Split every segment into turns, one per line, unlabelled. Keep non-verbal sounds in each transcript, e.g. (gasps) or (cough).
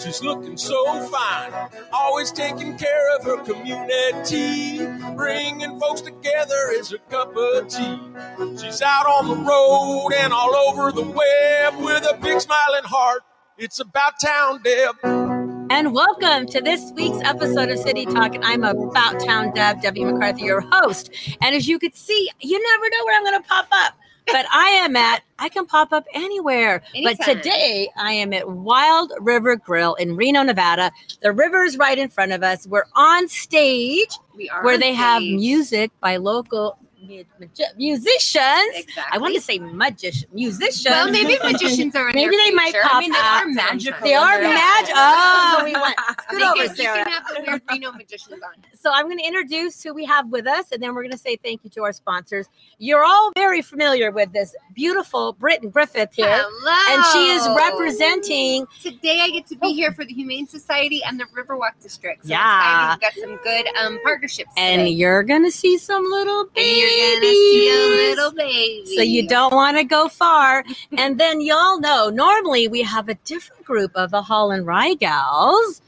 She's looking so fine, always taking care of her community. Bringing folks together is her cup of tea. She's out on the road and all over the web with a big smiling heart. It's about town, Deb.
And welcome to this week's episode of City Talk. And I'm about town Deb, Debbie McCarthy, your host. And as you could see, you never know where I'm going to pop up. But I am at, I can pop up anywhere. But
Anytime.
today I am at Wild River Grill in Reno, Nevada. The river is right in front of us. We're on stage
We are
where
on
they have
stage.
music by local mu- magi- musicians.
Exactly.
I want to say magic musicians. (laughs)
Well, maybe magicians are. In
Maybe
their
they might
future.
pop
I mean, they are
up.
magical.
They are
in their-
magic. Oh, we
(laughs)
went.
They
Scoot over,
can- you
Sarah.
can have the weird Reno
(laughs)
magicians on.
So I'm going to introduce who we have with us, and then we're going to say thank you to our sponsors. You're all very familiar with this beautiful Britton Griffith here,
Hello.
and she is representing.
Today I get to be here for the Humane Society and the Riverwalk District. So
Yeah.
I'm excited. We've got some good um, partnerships.
And
today.
you're going to see some little
And
babies.
you're gonna see a little baby.
so you don't want to go
(laughs)
far. and then y'all know normally we have a different group of the Hall and Rye gals,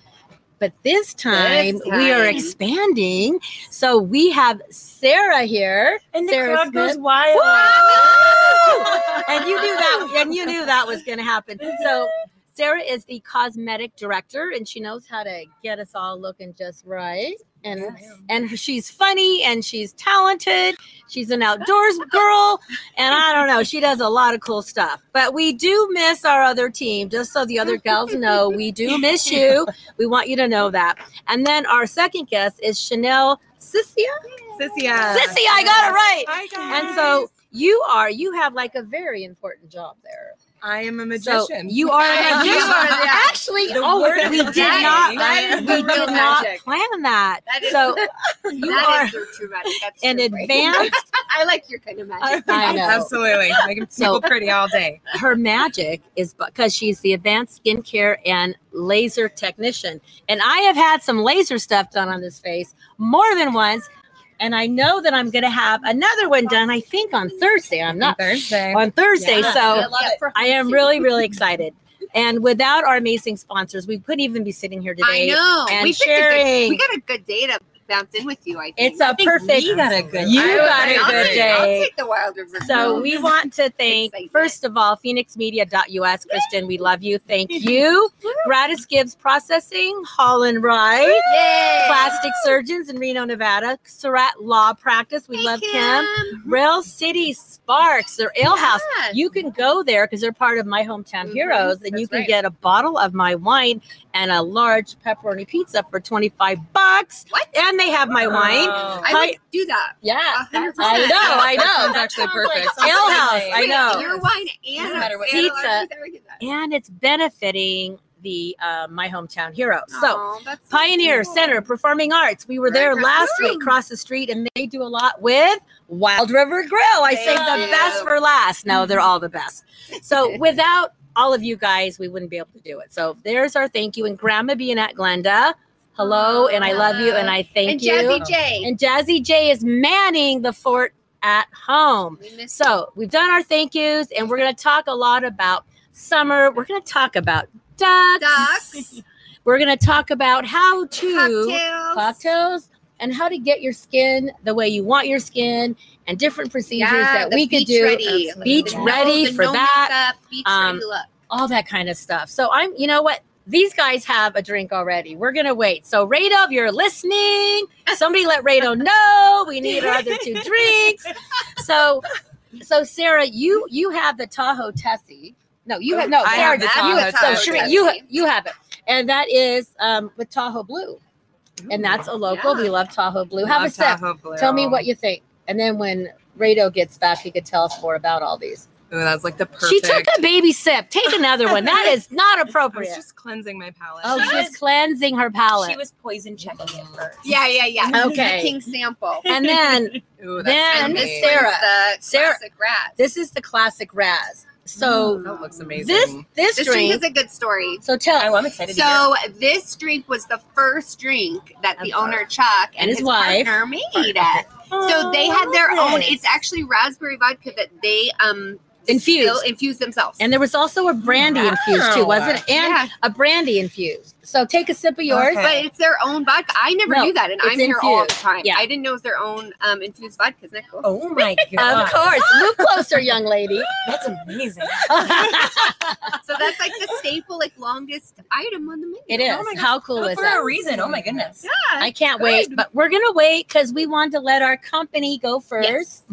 but this time, we are
time.
expanding. So we have Sarah here,
And the
Sarah
crowd goes
Smith.
wild.
(laughs)
Woo! and you knew that and you knew that was going to
(laughs)
happen so sarah is the cosmetic director and she knows how to get us all looking just right and and she's funny and she's talented she's an outdoors girl and i don't know she does a lot of cool stuff but we do miss our other team just so the other gals know we do miss you we want you to know that and then our second guest is chanel sissia
Sissia.
sissia i got it right
Hi guys.
and so you are, you have like a very important job there.
I am a
So
magician.
you are a
(laughs) You
magician.
are the-
Actually,
the
oh,
word
we
of the
did
day.
not,
That is the
we
real
did not
magic.
plan that.
That is,
So
that
you
is
are
your true magic. That's
an
your brain.
advanced,
(laughs) I like your kind of magic.
I
(laughs)
know.
Absolutely. Making
So-
people pretty all day.
her magic is because she's the advanced skincare and laser technician. And I have had some laser stuff done on this face more than once. And I know that I'm going to have another one done, I think on Thursday. I'm
On
(laughs) not
Thursday.
on Thursday.
(laughs) Yeah.
So
I love it for
I am
hosting.
really, really excited. And without our amazing sponsors, we couldn't even be sitting here today.
I know.
and
we picked a good-
sharing.
we got a good day to bounce in with you. I think
It's a perfect.
we got a good
You
I
day.
was
got
like,
a
I'll
good
take- I'll
day.
take the Wild River.
So
Girls.
we want to thank,
Excitement.
first of all, phoenixmedia.us, Kristen. We love you. Thank you. Gratis Gibbs Processing, Holland Rye,
Yay.
Plastic Surgeons in Reno, Nevada, Surratt Law Practice. We
Hey,
love Kim.
Kim.
Rail City Sparks, their ale house.
Yeah.
you can go there because they're part of my hometown
Mhm,
heroes and you
that's
can
right.
get a bottle of my wine and a large pepperoni pizza for 25 bucks
What?
and they have my wine
Oh.
I would do that.
yeah
A hundred
I
percent.
know, I
That
know.
sounds actually perfect.
like Ale House, I
Wait,
know.
Your wine and
Doesn't matter what
and
pizza.
I'll never get that.
and it's benefiting the uh, my hometown heroes so
Aw, that's so
Pioneer
cool.
Center Performing Arts. We were
Right
there
across the
last week,
room.
across the street, and they do a lot with Wild River Grill. I
Thank
saved the
you.
best for last. No,
(laughs)
they're all the best. So without all of you guys, we wouldn't be able to do it. So there's our thank you. And Grandma being at Glenda, hello, and I love you, and I thank
and
you.
Jazzy J.
and Jazzy J is manning the fort at home.
we missed
So we've done our thank yous, and we're going to talk a lot about summer. We're going to talk about ducks. (laughs)
ducks,
We're going to talk about how to
cocktails,
cocktails and how to get your skin the way you want your skin and different procedures
Yeah,
that
the
we could
beach
do
ready.
beach
The no-
ready
the
for
no
that
Makeup, beach
Um,
ready look.
all that kind of stuff so i'm you know what these guys have a drink already we're gonna wait so radov you're listening somebody let radov know we need our other two drinks so so sarah you you have the tahoe tessie no you have no
I
sarah
have the
did- you
Tahoe
have so
Tessie.
Shereen, you ha- you have it and that is um with tahoe blue and that's a local.
yeah.
We love Tahoe Blue. Have a sip. Tell me what you think. And then when Rado gets back, he could tell us more about all these.
Ooh, that was like the perfect.
She took a baby sip. Take another one. That is not
I was
appropriate.
just cleansing my palate.
oh,
She
she's
was-
cleansing her palate.
She was poison checking it first.
Yeah, yeah, yeah.
Okay.
King sample.
and (laughs) then
Ooh, that's
then
yummy.
And
Miss
this
Sarah.
one's the
Sarah-
classic rat.
this is the classic Raz. So
Mm,
That looks amazing.
this this,
This
drink.
drink is a good story.
so tell
Oh, I'm excited. to hear.
So this drink was the first drink that the
Of course.
owner Chuck
And his wife.
partner made. So
Oh,
they had their own. It's actually raspberry vodka that they um
Infused.
distill- infuse themselves.
and there was also a brandy
Wow.
infused too, wasn't it? And
yeah,
a brandy infused. So take a sip of yours.
Okay.
but it's their own vodka. I never
No,
knew that, and
it's
I'm here all the
infused.
time.
Yeah.
I didn't know it was their own um, infused vodka. Isn't that cool?
oh
(laughs)
my
Of
god,
course, move closer, young lady.
that's
(laughs)
amazing.
So that's like the staple, like longest item on the menu.
it is.
Oh my God.
How cool is
for
that?
a reason. Oh my goodness.
I can't wait, but we're gonna wait because we want to let our company go first.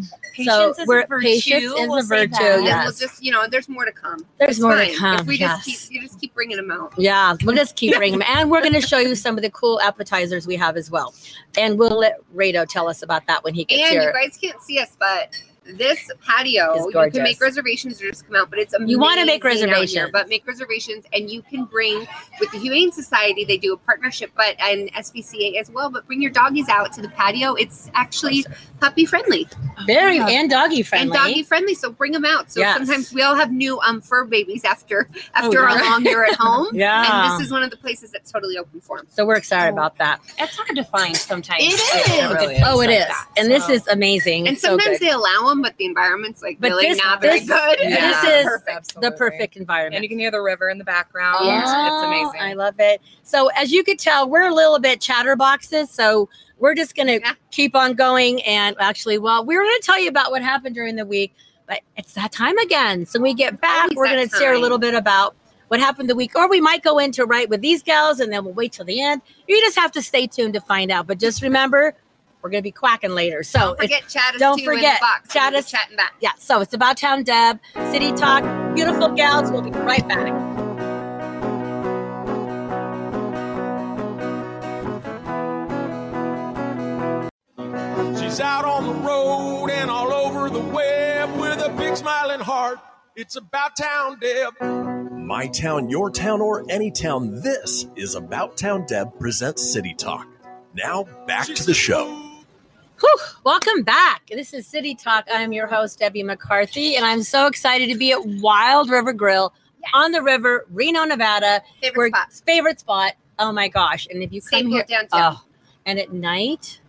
So we're patience is
we'll
a
say
virtue,
that.
And
yeah.
we'll
yes.
just, you know, there's more to come.
There's
It's
more
fine.
to come.
If we
yes.
just keep, you just keep bringing them out.
Yeah, we'll just keep bringing them. And we're going to show you some of the cool appetizers we have as well. And we'll let Rado tell us about that when he gets
And you
here.
guys can't see us, but this patio,
It's
you
gorgeous.
can make reservations or just come out. But it's amazing.
You wanna make
out here,
reservations.
but make reservations, and you can bring with the Humane Society. They do a partnership, but and SPCA as well. But bring your doggies out to the patio. It's actually puppy friendly,
Very and doggy friendly.
and doggy friendly. So bring them out. So
Yes. Oh,
sometimes we all have new um fur babies after after
yeah.
a long year at home.
(laughs) yeah.
And this is one of the places that's totally open for them.
so we're excited about that.
That's hard to find sometimes.
It is.
Really
Yeah, good
is.
place
Oh, it
like
is.
that,
And
so.
this is amazing.
And
so
sometimes
good.
they allow them, but the environment's like
But
really
this-
not very
this-
good.
this
Yeah.
is
Absolutely.
the perfect
And
environment.
you can hear the river in the background. It's
Oh,
amazing.
I love it. So as you could tell, we're a little bit chatterboxes. So we're just going to
Yeah.
keep on going. And actually, well, we were going to tell you about what happened during the week, but it's that time again. So when we get back,
Always
we're
Oh, that
going to share a
time.
little bit about what happened the week, or we might go into right with these gals and then we'll wait till the end. You just have to stay tuned to find out. But just remember, we're going to be quacking later. So
Don't
it's-
forget chat us
don't
too in
forget,
the box.
chat
We'll be
us-
chatting back.
yeah, so it's About Town Deb, City Talk, beautiful gals. We'll be right back.
She's out on the road and all over the web with a big smiling heart. It's about town, Deb.
My town, your town, or any town, this is About Town Deb presents City Talk. Now, back to the show.
Whew, welcome back. This is City Talk. I'm your host, Debbie McCarthy, and I'm so excited to be at Wild River Grill on the river, Reno, Nevada.
Favorite
We're-
spot.
favorite spot. Oh my gosh. And if you come
Same
here,
here downtown.
oh, and at night,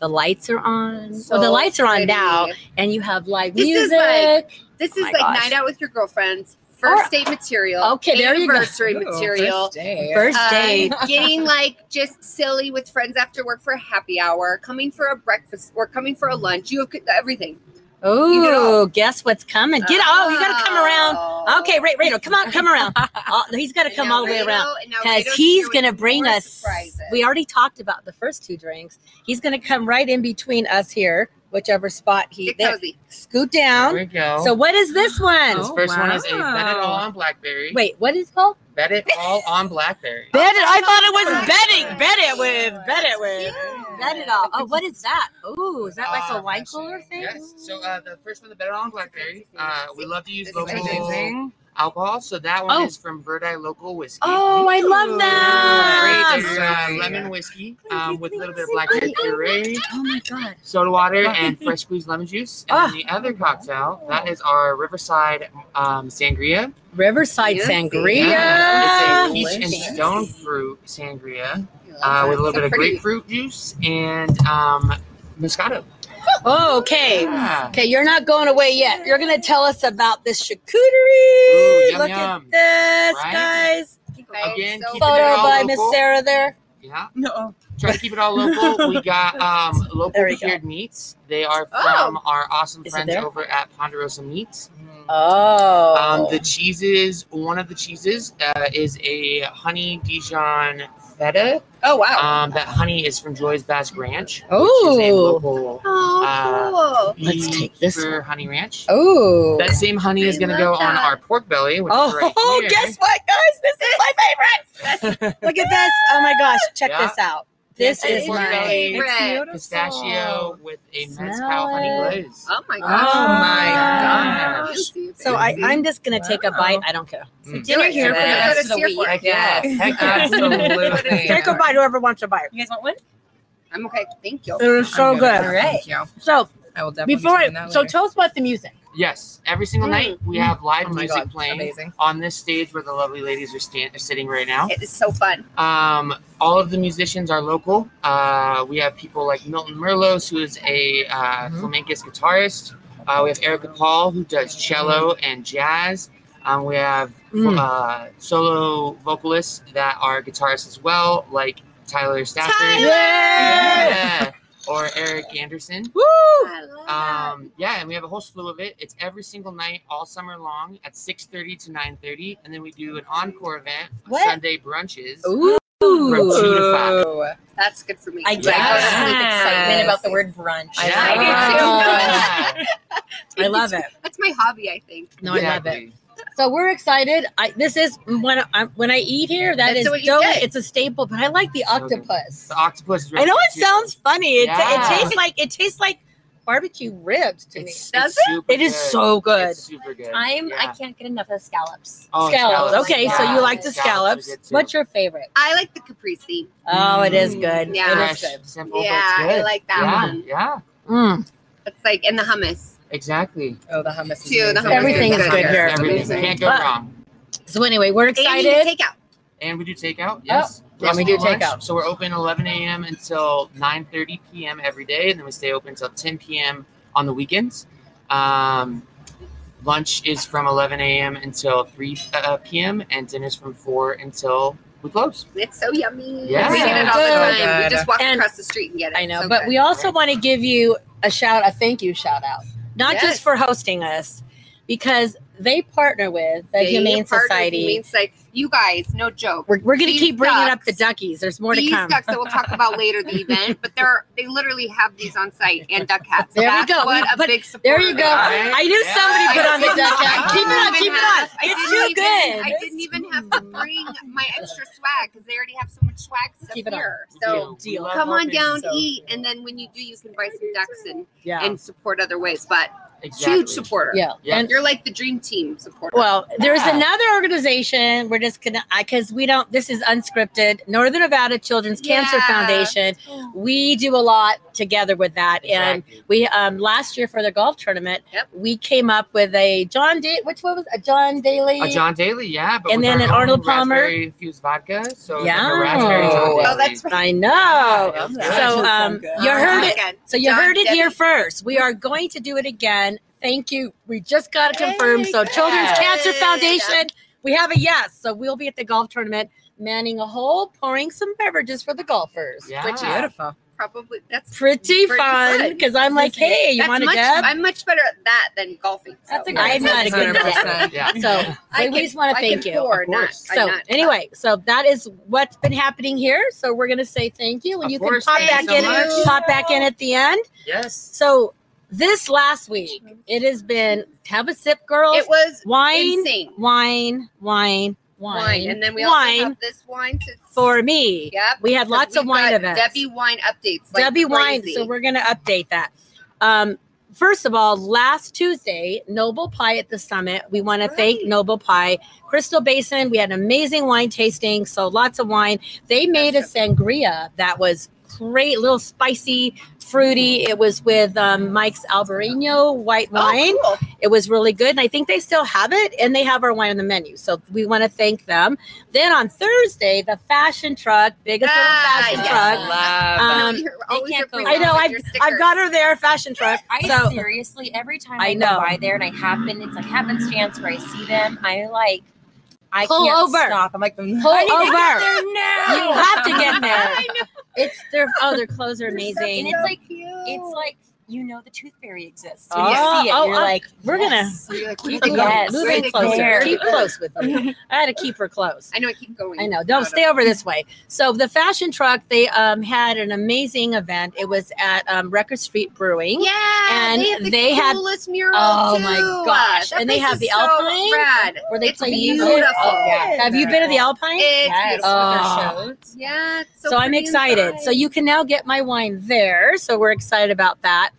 the lights are on.
So
well, the lights are on
pretty.
now, and you have live
This is
music.
like- This
Oh
is
my
like
gosh.
night out with your girlfriends, first
Or-
date material,
Okay, there you go.
anniversary
Ooh,
material,
Oh, First day.
First
uh,
date.
getting like just silly with friends after work for a happy hour, coming for a breakfast or coming for a lunch. You have everything. (laughs) you get
Oh,
all-
guess what's coming? Get oh, you got to come around.
Oh.
Okay, Ray, Rado, come on, come
(laughs)
around. Oh, he's got to
And
come
now
all the way
Rado-
around.
and now
because
Rado's
he's
doing
going to bring
more
us.
surprises.
We already talked about the first two drinks. He's going to come right in between us here, whichever spot he
Get
there,
cozy.
scoot
There
down.
we go.
So what is this one?
this
Oh,
first one is a bet it all
wow.
on BlackBerry.
Wait, what is it called?
Bet it all on BlackBerry.
Oh,
Bet it. I
thought it was betting.
Bet it with. Bet it with. Bet it all. Oh, what is that? Oh, is that like a
Uh,
wine cooler thing?
Yes. So uh, the first one, the bet it all on BlackBerry. Uh, we love to use
This is
local
Amazing.
alcohol, so that one
Oh.
is from Verde Local Whiskey.
Oh, I love
It's
that.
Great.
uh, lemon whiskey um, with a little bit of blackberry puree,
Oh my god.
soda water, and fresh squeezed lemon juice. And then the other cocktail that is our Riverside um, sangria.
Riverside
Yes.
Yeah.
Sangria.
It's a peach and
Delicious.
stone fruit sangria. uh, with a little bit of grapefruit juice and um, Moscato.
Oh, Okay.
Yeah.
Okay, you're not going away yet. You're going to tell us about this charcuterie.
yum,
Look
yum.
at this,
Right?
guys.
Again, keep it
Photo
all
by
local.
Miss Sarah there.
Yeah.
No.
Try to keep it all local. We got um, local
There we
prepared meats. They are
Oh.
from our awesome
Is it
friends
there?
over at Ponderosa Meats.
Oh.
Um, the cheeses, one of the cheeses uh, is a honey Dijon feta.
Oh wow.
Um, that honey is from Joy's Basque Ranch. Which is a
oh.
local uh,
oh,
Let's
beef
take this
for honey ranch.
Oh.
That same honey is
I
going to
love
go on
that.
our pork belly, which
(laughs)
is right
Oh,
here. (laughs)
guess what, guys? This is my favorite. Look at this. Oh my gosh. Check
Yeah.
this out. This
That
is
is
my
your favorite.
Pistachio with a
Smell
mezcal honey
it.
glaze.
Oh my gosh.
Oh
my
gosh.
So I, I'm just gonna take a bite.
Wow.
I don't care. So
Mm.
dinner
Do it.
here for
That's
the
what
rest
it's
of the
here
week.
for.
Heck yes.
Yeah.
Heck absolutely.
Yeah.
Take a bite, whoever wants a bite.
You guys want one?
I'm okay. Thank you.
It was so
All
good.
right.
Thank you.
So
I will definitely
before,
be doing
I,
that
so
later.
tell us about the music.
Yes, every single
Mm.
night we have live
oh my
music
god,
playing
amazing.
on this stage where the lovely ladies are, stand- are sitting right now.
It is so fun.
Um, all of the musicians are local. Uh, we have people like Milton Merlos, who is a uh,
Mm-hmm.
Mhm.
flamencus guitarist. Uh, we have Erica Paul, who does cello and jazz. Um, we have
Mm-hmm. Mm.
uh, solo vocalists that are guitarists as well, like Tyler Stafford Yeah. or Eric Anderson.
I love Uh, that.
Um, yeah, and we have a whole slew of it. It's every single night, all summer long, at six thirty to nine thirty, and then we do an encore event,
What? Oh,
Sunday brunches.
Ooh.
From two to five.
Ooh.
That's good for me.
I
go
did.
to sleep
I got excitement
excited.
about the word brunch.
I
Yeah.
did
I
too.
I love it.
That's my hobby, I think.
No, I love it. So we're excited. I this is when I when I eat here. That
That's
is
what you
dope.
get.
It's a staple, but I like the
So good.
octopus.
The octopus. Is
I know
really
it
cute.
sounds funny. It,
Yeah.
it tastes like it tastes like barbecue ribs to me.
It's,
Does
it's super
It is
good.
so good.
It's super good.
I'm. I
Yeah.
can't get enough of scallops.
Oh,
scallops. Okay, so you
Yeah.
like the scallops.
are good too.
What's your favorite?
I like the caprese.
Oh, it is good.
Yeah.
It
Mm. Fresh,
is good.
simple,
yeah,
but it's
I
Oh, good.
like that
yeah,
one.
Yeah,
Mm.
It's like in the hummus.
exactly.
Oh, the hummus. Is
Too, the
amazing.
hummus
Everything is good here.
Everything
amazing.
can't go
But-
wrong.
So anyway, we're
And you
excited.
can take out.
And we do takeout. Yes.
and Oh, we do
lunch.
takeout.
So we're open 11 a.m. until 9:30 p.m. every day, and then we stay open until 10 p.m. on the weekends. Um, lunch is from 11 a.m. until 3 uh, p.m. and dinner's from 4 until we close.
It's so yummy.
Yeah.
We get it all the
So
time. We
good.
just walk
And-
across the street and get it.
I know,
So
but
good.
we also want to give you a shout, a thank you shout out, not
Yes.
just for hosting us, because they partner with the
They
Humane
partner with
Society.
Humane Society. You guys, no joke.
we're we're going to
These
keep bringing up the
ducks-
duckies. There's more to
these
come.
ducks that we'll talk
(laughs)
about later the event, but they're they literally have these on site and duck hats. So
There we
that's
go.
What
We
a
put-
big support.
There you go.
Right?
I knew
Yeah.
somebody put on the duck hat. Keep it on, keep it on.
I
It's
didn't
too
even-
good.
I didn't even have to bring my extra swag because they already have so much swag stuff
Keep it on.
here.
We
So
do. We love
come on
helping.
down,
so
eat, and then when you do, you can buy some ducks and,
Yeah.
and support other ways. But
Exactly.
huge supporter.
yeah.
Yeah.
And
You're like the dream team supporter.
well, there's
Yeah.
another organization. We're just gonna because we don't. This is unscripted. Northern Nevada Children's Cancer
Yeah.
Foundation. We do a lot together with that, and
Oh. Exactly.
we um last year for the golf tournament
Yep.
we came up with a John Day. Which one was a John Daly?
A John Daily, yeah, but
And
with
then
our
an
own
Arnold Palmer.
raspberry infused vodka. So it's like
Yeah.
a raspberry John
Oh,
oh, that's
Daly.
right.
I know.
Yeah, yeah.
So um, you heard it.
Again.
So you
John
heard it
Debbie.
here first. We are going to do it again. Thank you. We just got it confirmed.
Hey,
So Children's
good.
Cancer Foundation, we have a yes. So we'll be at the golf tournament, manning a hole, pouring some beverages for the golfers.
Yeah.
Which is
Beautiful.
Probably that's
Pretty,
Pretty
fun
fun.
because I'm like, hey, you
That's
want to
much,
dab?
I'm much better at that than golfing. so.
That's a good- I'm not a good (laughs) dab.
yeah.
So
I
we
can-
just want to
I
thank
can
you.
pour,
Of
not-
course.
I'm
So
not-
anyway, so that is what's been happening here. So we're gonna say thank you, and
Of
you
course,
can pop
thank
back
you
in,
so
much.
pop back in at the end.
Yes.
So this last week, it has been have a sip, girls.
it was
wine,
insane.
wine, wine, wine,
Wine, and then we
wine
also have this wine to
for me.
Yep.
We had lots
We've
of wine
got
events.
Debbie wine updates. Like
Debbie Wine.
crazy.
So we're going to update that. Um, first of all, last Tuesday, Noble Pie at the Summit. We want to
That's
thank
right.
Noble Pie, Crystal Basin. We had an amazing wine tasting, so lots of wine. They made a
That's
sangria that was great, little spicy, fruity. It was with um, Mike's Albarino white wine.
Oh, cool.
It was really good. And I think they still have it and they have our wine on the menu. So we want to thank them. Then on Thursday, the fashion truck, biggest little
Ah,
fashion
yes.
truck.
Love.
Um,
You're always
can't go
representing
I know. I've,
your
I've got her
stickers.
there, fashion truck.
I
So
seriously, every time
I
I,
know.
go by there and I happen, it's like happenstance where I see them, I like, I
Pull
can't
over.
stop. I'm like,
Pull
(laughs) I need to
over.
get (laughs) there now.
you have to
(laughs)
get there.
I know.
It's their oh, their clothes are
And
amazing.
it's like,
Cute. (laughs)
it's like you know the tooth fairy exists. When
Oh,
you see it,
oh,
you're
oh,
like,
we're gonna-
yes.
So you're like,
Keep
where are they
yes,
going?
move
Where are
right
it
they
closer.
going?
there.
Keep close with me. I had to keep her close.
I know. I keep going.
I know. Don't stay over this way. So the fashion truck, they um, had an amazing event. It was at um, Record Street Brewing.
Yeah,
And
they have the
they had-
coolest mural.
Oh my
too.
gosh,
That
and they
place
have
is
the
so
Alpine.
Rad.
Where they
It's
play
beautiful.
music. Oh, yeah. Have you been to the Alpine?
It's
Yes.
beautiful.
Oh.
With their shows.
Yes, it's
So, I'm
pretty
excited.
inside.
So you can now get my wine there. So we're excited about that.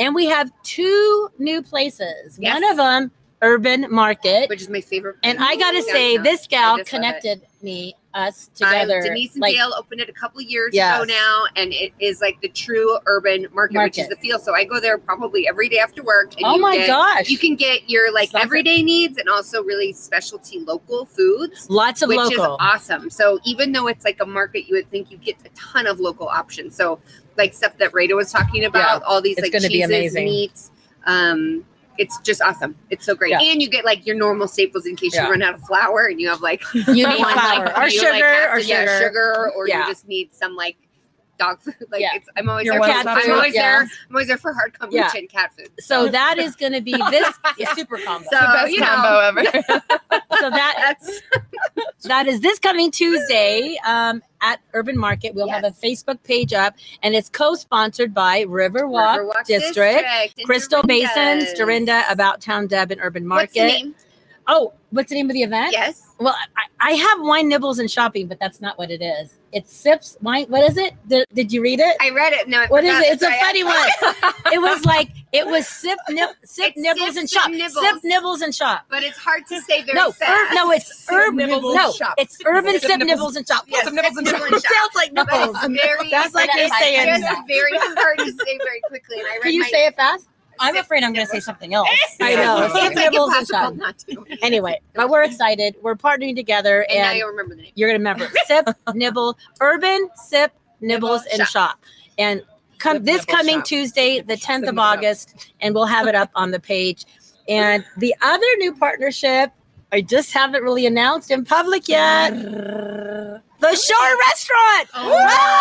And we have two new places.
Yes.
One of them, Urban Market.
which is my favorite.
and I gotta
Yeah,
say,
no,
this
I
gal
just love it.
connected me us
I-
together.
Denise and
like,
Dale opened it a couple years
Yes.
ago now, and it is like the true urban market, which is
Market.
the feel. So I go there probably every day after work. And
oh
you
my
get-
gosh!
You can get your like
Something.
everyday needs and also really specialty local foods.
Lots of
Which is
local.
awesome. So even though it's like a market, you would think you get a ton of local options. So like stuff that Rado was talking about, all these
It's
like
gonna
cheeses,
be amazing.
meats. Um, it's just awesome. It's so great,
Yeah.
and you get like your normal staples in case
Yeah.
you run out of flour, and you have like
you
you
need
want, like,
flour or
Oh you,
sugar
like, have
or
to- yeah,
sugar.
sugar, or
Yeah.
you just need some like dog food. (laughs) Like
Yeah.
it's, I'm always
Your
there.
cat
for, I'm
food,
always
yeah.
there. I'm always there for hard kombucha
Yeah.
and cat food.
So that is going to be this
Yeah.
super combo.
So
the best
you know,
combo ever.
So that
that's
that is this coming Tuesday um, at Urban Market. We'll have a Facebook page up, and it's co-sponsored by Riverwalk,
Riverwalk
District,
and
Crystal
Dorinda's.
Basins, Dorinda, About Town Deb, and Urban Market.
What's the name?
Oh, what's the name of the event?
Yes,
Well, I, I have wine nibbles and shopping, but that's not what it is. It's sips wine. What is it? Did, did you read it?
I read it. No, I
What is
forgot.
it? It's a
Sorry, I- (laughs)
funny one. it was like it was sip nib, sip
It's
nibbles
sips
and
and
shop.
nibbles.
Sip nibbles and shop.
But it's hard to say very
no,
fast.
ur- (laughs) no, it's
Sip
urban.
nibbles
No,
shop.
it's urban
Sip
sip,
nibbles.
nibbles and shop.
Yes,
Some
nibbles and
nibbles and
(laughs) It sounds like
But
nibbles.
it's very,
That's like
But
you're
I-
saying.
I
just very hard to say very quickly. And I read
Can you
my,
say it fast?
I'm afraid I'm going to say something else.
(laughs)
I know.
It seems
Sip
like
nibbles and
impossible
shop.
not to. And,
Anyway, but we're excited. We're partnering together, and,
now you'll remember the name.
you're gonna
(laughs)
remember sip nibble urban sip nibbles
Nibble,
and shop, and come
Sip,
this
nibble,
coming
shop.
tuesday the 10th of
nibble, shop.
august and we'll have it up on the page and the other new partnership i just haven't really announced in public yet the shore restaurant (laughs)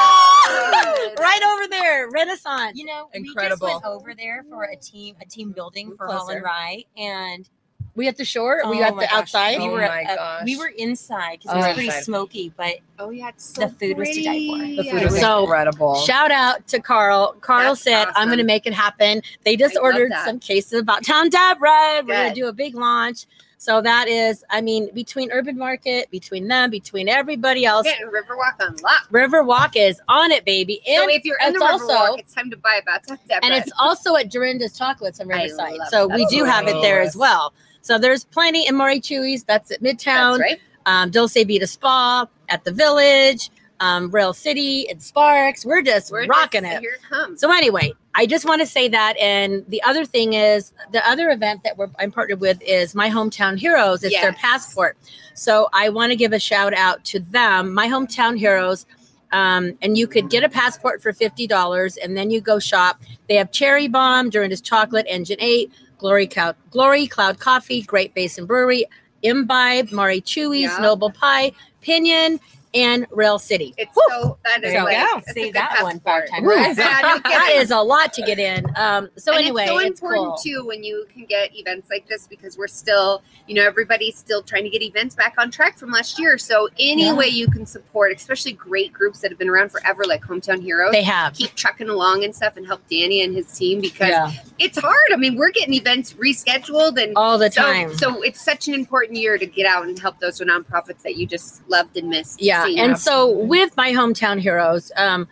Oh.
right over there renaissance
You know, we
Incredible.
just went over there for a team, a team building for
Closer.
Holland Rye, and
we at the shore we
Oh
at
my
the
gosh,
outside
We
Oh
were,
my
uh,
gosh.
we were inside because
Oh,
it was pretty
inside.
smoky, but
Oh yeah, it's so
The food was to die for.
pretty.
The
Yeah.
food was
So,
incredible.
Shout out to Carl. Carl
That's
said, I'm
awesome.
going to make it happen. They just
I love
ordered
that.
some cases about Town Deborah. We're going to
Good.
do a big launch. So that is, I mean, between Urban Market, between them, between everybody else,
Getting Riverwalk on lock.
Riverwalk is on it, baby. And,
so if you're in the
it's
Riverwalk,
also-
it's time to buy about that. that
and
bread.
it's also at Dorinda's Chocolates in
I
Riverside.
love
So
that.
we do have it there as
Yes.
well. So there's plenty in Maury Chewy's. That's at Midtown.
That's right.
Um, Dulce Vita Spa at the Village, um, Rail City and Sparks. We're just
We're
rocking
just-
it.
Here it comes.
Um, So anyway, I just want to say that. And the other thing is, the other event that we're, I'm partnered with is My Hometown Heroes. It's their
Yes.
passport. So I want to give a shout out to them, My Hometown Heroes. Um, and you could get a passport for $50 and then you go shop. They have Cherry Bomb, Dorinda's Chocolate, Engine 8, Glory Cloud, Glory Cloud Coffee, Great Basin Brewery, Imbibe, Mari Chewy's,
Yeah.
Noble Pie, Pinion, and Rail City.
it's
Woo!
so that is
There you
like
go.
that's a
Say
good
that one
passport.
five times.
Right.
Woo.
Yeah, no
(laughs) that
kidding.
is a lot to get in. Um, so
and
anyway,
it's so
it's
important
cool.
too when you can get events like this because we're still, you know, everybody's still trying to get events back on track from last year. So any
Yeah.
way you can support, especially great groups that have been around forever, like Hometown Heroes,
They have.
keep trucking along and stuff, and help Danny and his team because it's hard. I mean, we're getting events rescheduled and
All the
so,
time.
So it's such an important year to get out and help those nonprofits that you just loved and missed.
yeah.
seeing.
And so with my hometown heroes, um,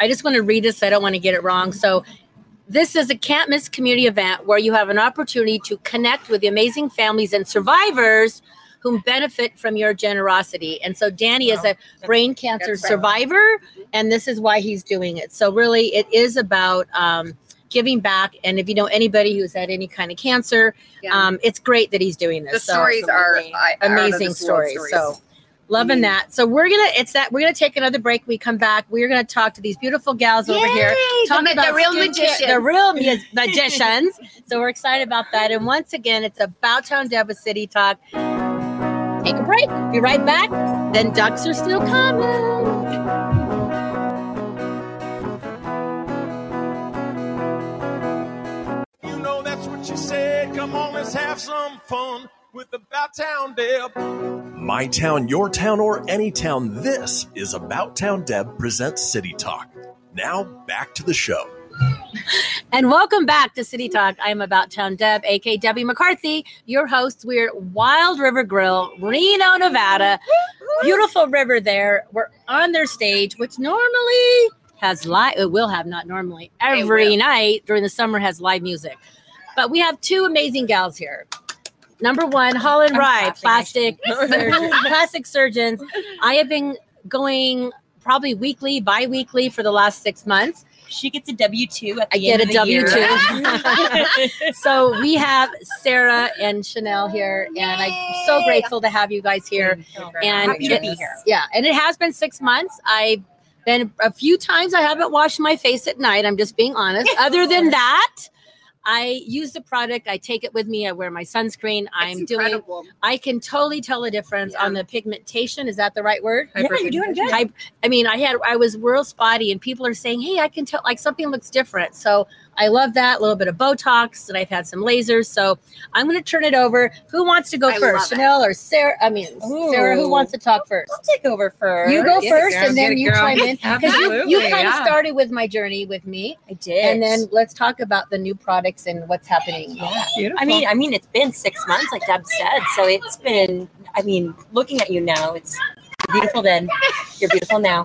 I just want to read this. I don't want to get it wrong. So this is a can't miss community event where you have an opportunity to connect with the amazing families and survivors whom benefit from your generosity. And so Danny is a brain cancer
that's right.
survivor, and this is why he's doing it. So really, it is about um, giving back. And if you know anybody who's had any kind of cancer,
Yeah.
um, it's great that he's doing this.
the
So-
stories are,
absolutely.
I- are out of
amazing
this world
stories. So loving
Mm.
that. So we're gonna it's that we're gonna take another break. We come back. We're gonna talk to these beautiful gals over here.
Yay!
Talk
the, the real
skincare-
magician.
The real
(laughs)
mu- magicians. so we're excited about that. And once again, it's about town Deva City talk. Take a break. Be right back. Then ducks are still coming.
You know that's what you said. Come on, let's have some fun with About Town Deb.
My town, your town, or any town, this is About Town Deb presents City Talk. Now back to the show.
And welcome back to City Talk. I'm About Town Deb, aka Debbie McCarthy, your host. We're at Wild River Grill, Reno, Nevada. Beautiful river there. We're on their stage, which normally has live, it will have, not normally, every night during the summer has live music. But we have two amazing gals here. Number one, Holland
I'm
Rye,
clapping, I
plastic,
shouldn't.
surgeon, (laughs) plastic surgeons. I have been going probably weekly, bi weekly for the last six months.
She gets a W two at the
I get
end
a
of the
W
(laughs) year.
two. (laughs) so we have Sarah and Chanel here, and I'm so grateful to have you guys here. And
Happy to be
it's-
here.
Yeah, and it has been six months. I've been a few times. I haven't washed my face at night. I'm just being honest. Other than that, I use the product. I take it with me. I wear my sunscreen. I'm doing.
incredible.
I can totally tell a difference on the pigmentation. Is that the right word?
Yeah, you're doing good.
I, I mean, I had I was real spotty, and people are saying, "Hey, I can tell like something looks different." So I love that a little bit of Botox, and I've had some lasers. So I'm going to turn it over. Who wants to go
I love
first,
it.
Chanel or Sarah? I mean, Sarah, who
Ooh.
wants to talk first?
I'll take over first.
You go
Get it,
first,
girl,
and
get
then
it,
you
girl.
chime in because you, you
Absolutely,
kind of
yeah.
started with my journey with me,
I did.
and then let's talk about the new products and what's happening.
yeah.
Beautiful.
I mean, I mean, it's been six months, like Deb said. So it's been. I mean, looking at you now, it's you're beautiful. Then you're beautiful now.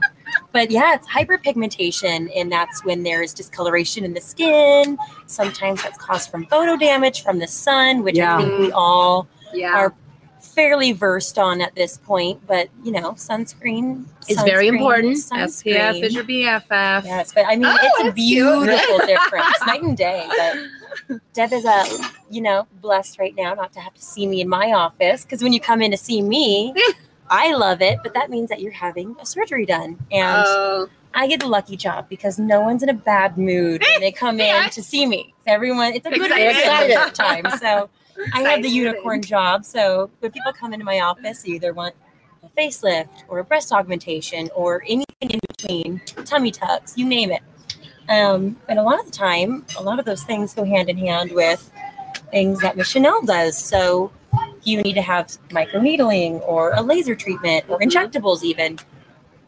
But yeah, it's hyperpigmentation, and that's when there is discoloration in the skin. Sometimes that's caused from photo damage from the sun, which
Yeah.
I think we all
Yeah.
are fairly versed on at this point. But you know, sunscreen
It's very
sunscreen,
important.
SPF is your BFF.
Yes, but I mean,
Oh,
it's a
that's cute.
beautiful difference, night and day. But Deb is a, you know, blessed right now not to have to see me in my office because when you come in to see me, I love it. But that means that you're having a surgery done, and
Oh,
I get the lucky job because no one's in a bad mood when they come in to see me. Everyone, it's a good
Excited.
excited time. So I have the
Excited.
unicorn job. So when people come into my office, they either want a facelift or a breast augmentation or anything in between, tummy tucks, you name it. Um, and a lot of the time, a lot of those things go hand in hand with things that Miss Chanel does. So you need to have microneedling or a laser treatment
Mm-hmm.
or injectables, even.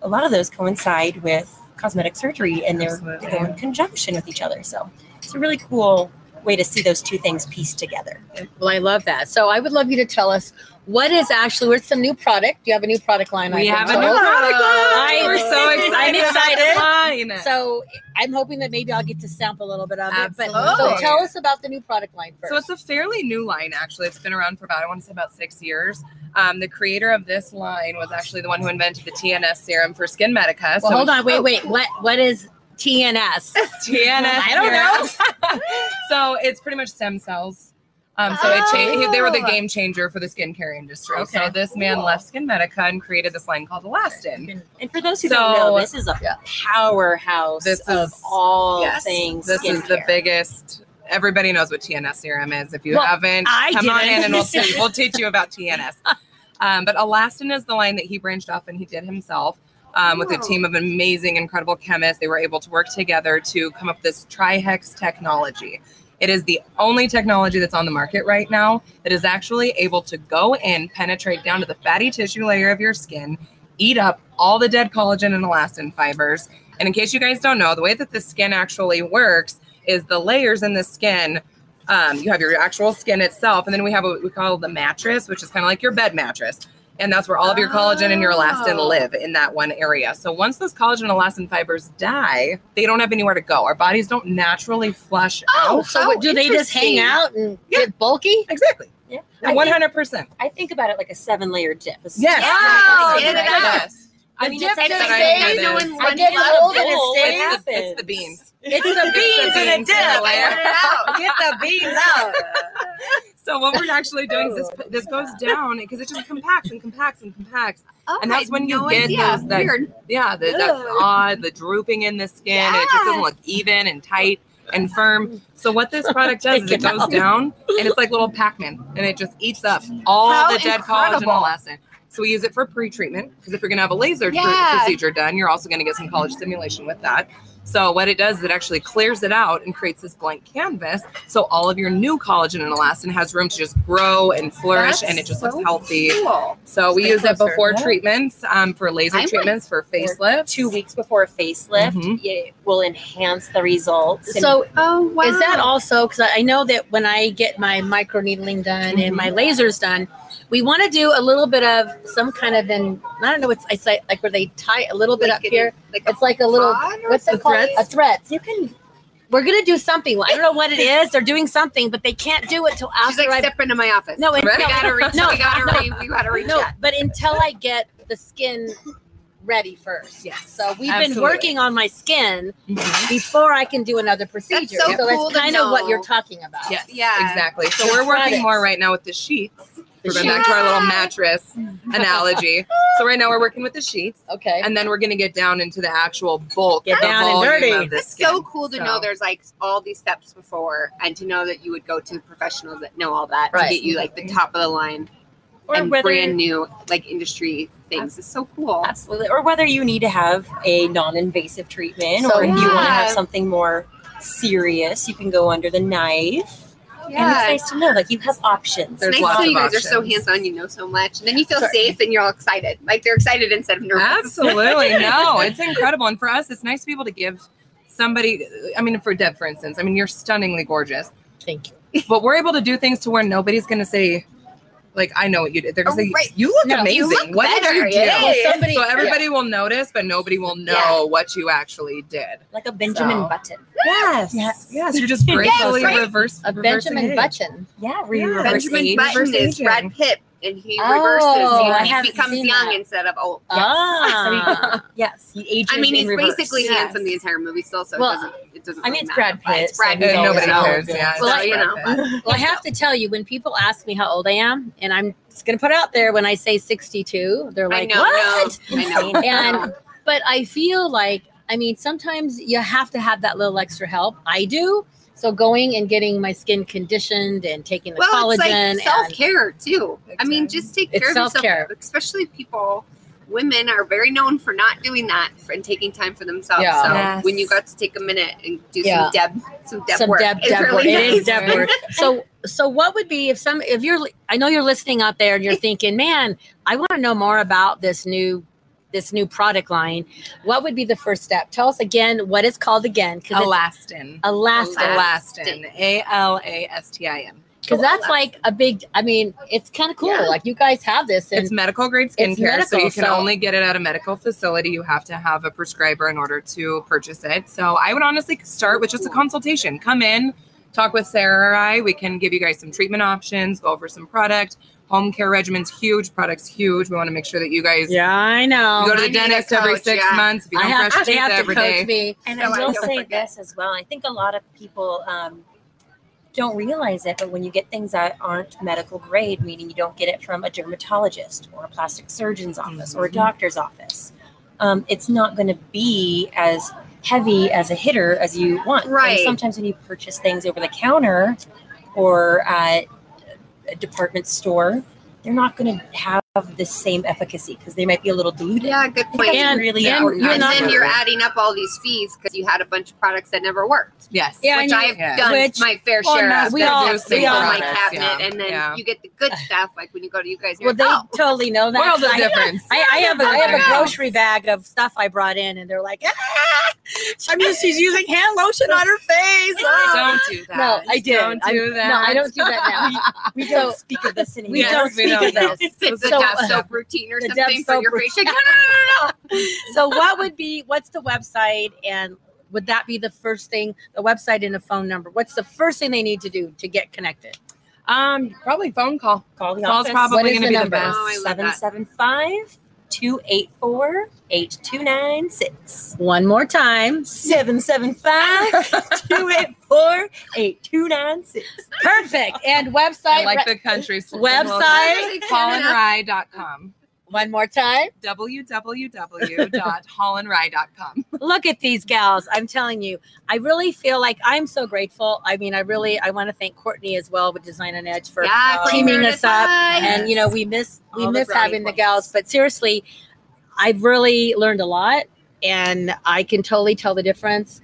A lot of those coincide with cosmetic surgery and they're, they go in conjunction with each other. So it's a really cool way to see those two things pieced together.
Well, I love that. So I would love you to tell us what is actually what's some new product? Do you have a new product line?
We
I've
have
been
a new
told?
product line.
I-
We're
(laughs)
so
I'm
excited. about
excited.
the line.
So I'm hoping that maybe I'll get to sample a little bit of it. But so
Absolutely.
tell us about the new product line first.
So it's a fairly new line, actually. It's been around for about, I want to say, about six years. Um, the creator of this line was actually the one who invented the TNS serum for Skin Medica.
well,
So
hold on, wait, wait. What what is TNS?
TNS.
I don't know.
serum. (laughs) so it's pretty much stem cells. Um, so it changed, they were the game changer for the skincare industry.
Oh. Okay.
So this man left Skin Medica and created this line called Elastin.
And for those who
So-
don't know, this is a powerhouse
This
of
is-
all
yes,
things
This is the
skincare.
biggest. Everybody knows what TNS serum is. If you
Well,
haven't,
I
come on
didn't.
in and
(laughs)
we'll teach, we'll teach you about TNS. Um, but elastin is the line that he branched off and he did himself um, with a
Oh.
Wow.
team of amazing, incredible chemists. They were able to work together to come up with this trihex technology. It is the only technology that's on the market right now that is actually able to go in, penetrate down to the fatty tissue layer of your skin, eat up all the dead collagen and elastin fibers. And in case you guys don't know, the way that the skin actually works is the layers in the skin. Um, you have your actual skin itself, and then we have what we call the mattress, which is kind of like your bed mattress. And that's where all of your collagen and your elastin
Oh.
live in that one area. So once those collagen and elastin fibers die, they don't have anywhere to go. Our bodies don't naturally flush
Oh,
out.
so what, do they just hang
interesting.
out and
Yeah.
get bulky?
Exactly.
Yeah. I think-
One hundred percent.
I think about it like a seven layer dip. It's-
Yes. Oh,
Wow,
It's-
get it
it's-
out.
I mean, it's,
dip
it's-
that I don't know this.
I
I
get
get
it
old and it
all.
stays.
What
It's, the- it's the
happens?
beans.
(laughs) It's the beans
beans in a dip.
get it out.
Get the beans out.
So what we're actually doing is this, this goes down because it just compacts and compacts and compacts.
Oh,
And
I
that's when
had
you
no
get
idea.
those that-
Weird.
Yeah, the, the
Ugh.
odd, the drooping in the skin. and It just doesn't look even and tight and firm. So what this product does is it
Take it
goes
out.
down and it's like little Pac-Man and it just eats up all
How
the dead
incredible.
collagen elastin. So we use it for pre-treatment because if you're gonna have a laser tr-
Yeah.
procedure done, you're also gonna get some collagen stimulation with that. So what it does is it actually clears it out and creates this blank canvas. So all of your new collagen and elastin has room to just grow and flourish, and it just
That's
looks
so
healthy.
Cool.
So we
Stay
use it
closer.
before
Yeah.
treatments, um, for laser
I would-
treatments, for facelifts.
Two weeks before a facelift,
Mhm.
it will enhance the results. and
So
Oh wow!
Is that also because I know that when I get my microneedling done and my lasers done, we want to do a little bit of some kind of an I don't know what's I say like where they tie a little bit
Like
up
an-
here.
Like
It's like a little
pod or
what's it
something?
called? A thread.
you can
We're gonna do something. I don't know what it is. They're doing something, but they can't do it till
She's
after
like,
I
step into my office.
No,
we
and- no,
gotta reach.
(laughs) no,
we gotta
no.
re, we gotta reach.
(laughs) no,
out.
but until I get the skin ready first.
Yes.
So we've
Absolutely.
been working on my skin
Mhm.
before I can do another procedure.
so cool to
that's kind of what you're
know.
talking about.
Yes,
Yeah.
exactly. So
Your
we're working
products.
more right now with the sheets.
The
We're going back to our little
(laughs)
mattress analogy. so right now we're working with the sheets,
Okay.
and then we're going to get down into the actual bulk,
Get
the
down and
volume
dirty.
of the
It's
skin.
so cool to
So-
know there's like all these steps before, and to know that you would go to the professionals that know all that
Right.
to get you like the top of the line
or
and
whether
brand new like industry things. It's so cool.
absolutely or whether you need to have a non-invasive treatment
So-
or if you want to have
Yeah.
something more serious, you can go under the knife. And it's nice to know like you have options.
There's
it's nice
lots
to know
of
you guys are so
options.
hands on. You know so much, and then you feel safe, and you're all excited. Like they're excited instead of nervous.
Absolutely.
(laughs)
No, it's incredible. And for us, it's nice to be able to give somebody, I mean, for Deb, for instance, I mean, you're stunningly gorgeous,
Thank you.
but we're able to do things to where nobody's going to say, like, I know what you did. They're going to
Oh,
say,
right.
you look
No,
amazing.
you look
what
better,
did you do?
yeah. Well,
somebody-
so everybody will notice, but nobody will know
Yeah.
what you actually did.
like a Benjamin
So-
Button.
Yes.
Yes.
Yes. You're just gracefully
right.
reverse.
A
reversing
Benjamin
age.
Button.
Yeah, where you
Yeah.
reverse
Benjamin
age.
Button
reverse
is
aging.
Brad Pitt, and he
Oh,
reverses.
I
you know,
haven't
he becomes
seen
young
that.
instead of oh, old.
(laughs)
Ah.
Yes, he ages.
I mean,
in
he's
reverse.
basically
Yes.
handsome the entire movie still, so
Well,
it doesn't. It doesn't.
I mean,
really
it's
matter.
Brad Pitt.
It's Brad
so
Uh,
he's
Pitt.
And
always
nobody
out.
cares. Yeah.
Well,
it's
you
Brad
know.
Pitt.
(laughs) well, I have to tell you, when people ask me how old I am, and I'm just going to put it out there when I say 62, they're
I
like,
know.
what?
No, I know.
(laughs) And, but I feel like, I mean, sometimes you have to have that little extra help. I do. So going and getting my skin conditioned and taking the
(laughs) well, it's
collagen
like self
and
care too. I mean,
Exactly.
just take
It's
care of
self-care.
yourself, especially people. Women are very known for not doing that for, and taking time for themselves.
Yeah.
So
Yes.
when you got to take a minute and do
Yeah.
some deb, some deb
some
work,
deb,
it's
deb
really
work. It
nice.
is deb work. So, so what would be if some if you're I know you're listening out there and you're thinking, man, I want to know more about this new this new product line. What would be the first step? Tell us again what it's called again because it's
Elastin.
elastic
Elastin. A L A S T I N.
because that's like a big. I mean, it's kind of cool.
Yeah.
Like you guys have this and
It's medical grade
It's
skincare, so
medical,
you can
so-
only get it at a medical facility. You have to have a prescriber in order to purchase it. So I would honestly start with just a consultation. Come in, talk with Sarah or I. We can give you guys some treatment options, go over some product. Home care regimen's huge, products huge. We want to make sure that you guys
yeah, I
you go
know.
to
I
the
need a
dentist every
coach,
six
yeah.
months. If you
I
don't
have,
brush
they
your
have
teeth
to
every
coach
day,
me.
And I
So I
will
don't
say
forget.
this as well. I think a lot of people um, don't realize it, but when you get things that aren't medical grade, meaning you don't get it from a dermatologist or a plastic surgeon's office or a doctor's office, um, it's not going to be as heavy as a hitter as you want. And
Right.
sometimes when you purchase things over the counter or at a department store, they're not going to have the same efficacy because they might be a little diluted.
(laughs) Yeah, good
I think
point.
that's
And
really
then
important.
you're
and
not-
then you're adding up all these fees because you had a bunch of products that never worked,
yes,
Yeah, I
which
know.
I've
Yeah.
done
Which-
my fair
Well,
share
no,
of.
we
That's
all-
just
we
things
all-
on my
products,
cabinet,
yeah.
and then
Yeah.
you get the good stuff. Like when you go to you guys, you're
Well, they
like, oh,
totally know that.
Worlds of
'cause I-
difference.
I, I have a I have a
Yeah.
grocery bag of stuff I brought in, and they're like, ah! I mean, she's using hand lotion on her face. Ah.
Don't do that.
No, I (laughs) did.
Don't do that.
No, I don't do that now. (laughs)
we
So-
don't speak of this anymore.
We
Yes,
don't
we
speak
don't
of
know.
this.
it's the
So,
dab
uh,
soap routine or
the dab
something for
soap
your
routine.
facial. No, no, no, no, no.
So, what would be what's the website, and would that be the first thing? The website and a phone number. What's the first thing they need to do to get connected?
Um, probably phone call.
Call the
Call's
office.
probably
What is
going
the
to be the
number?
best.
Oh, I love that.
775 284
(laughs)
8296.
One more time.
775 284 8296.
Perfect. And
I
website.
like the country slogan.
Website?
hollandrye.com.
one more time.
www.hollandrye.com.
look at these gals i'm telling you i really feel like i'm so grateful i mean i really i want to thank courtney as well with design on edge
(laughs)
for
yeah,
uh,
cleaner
teaming
to
us up
find.
and you know we miss we
All the
miss
brownie
having the
points.
gals but seriously i've really learned a lot and I can totally tell the difference.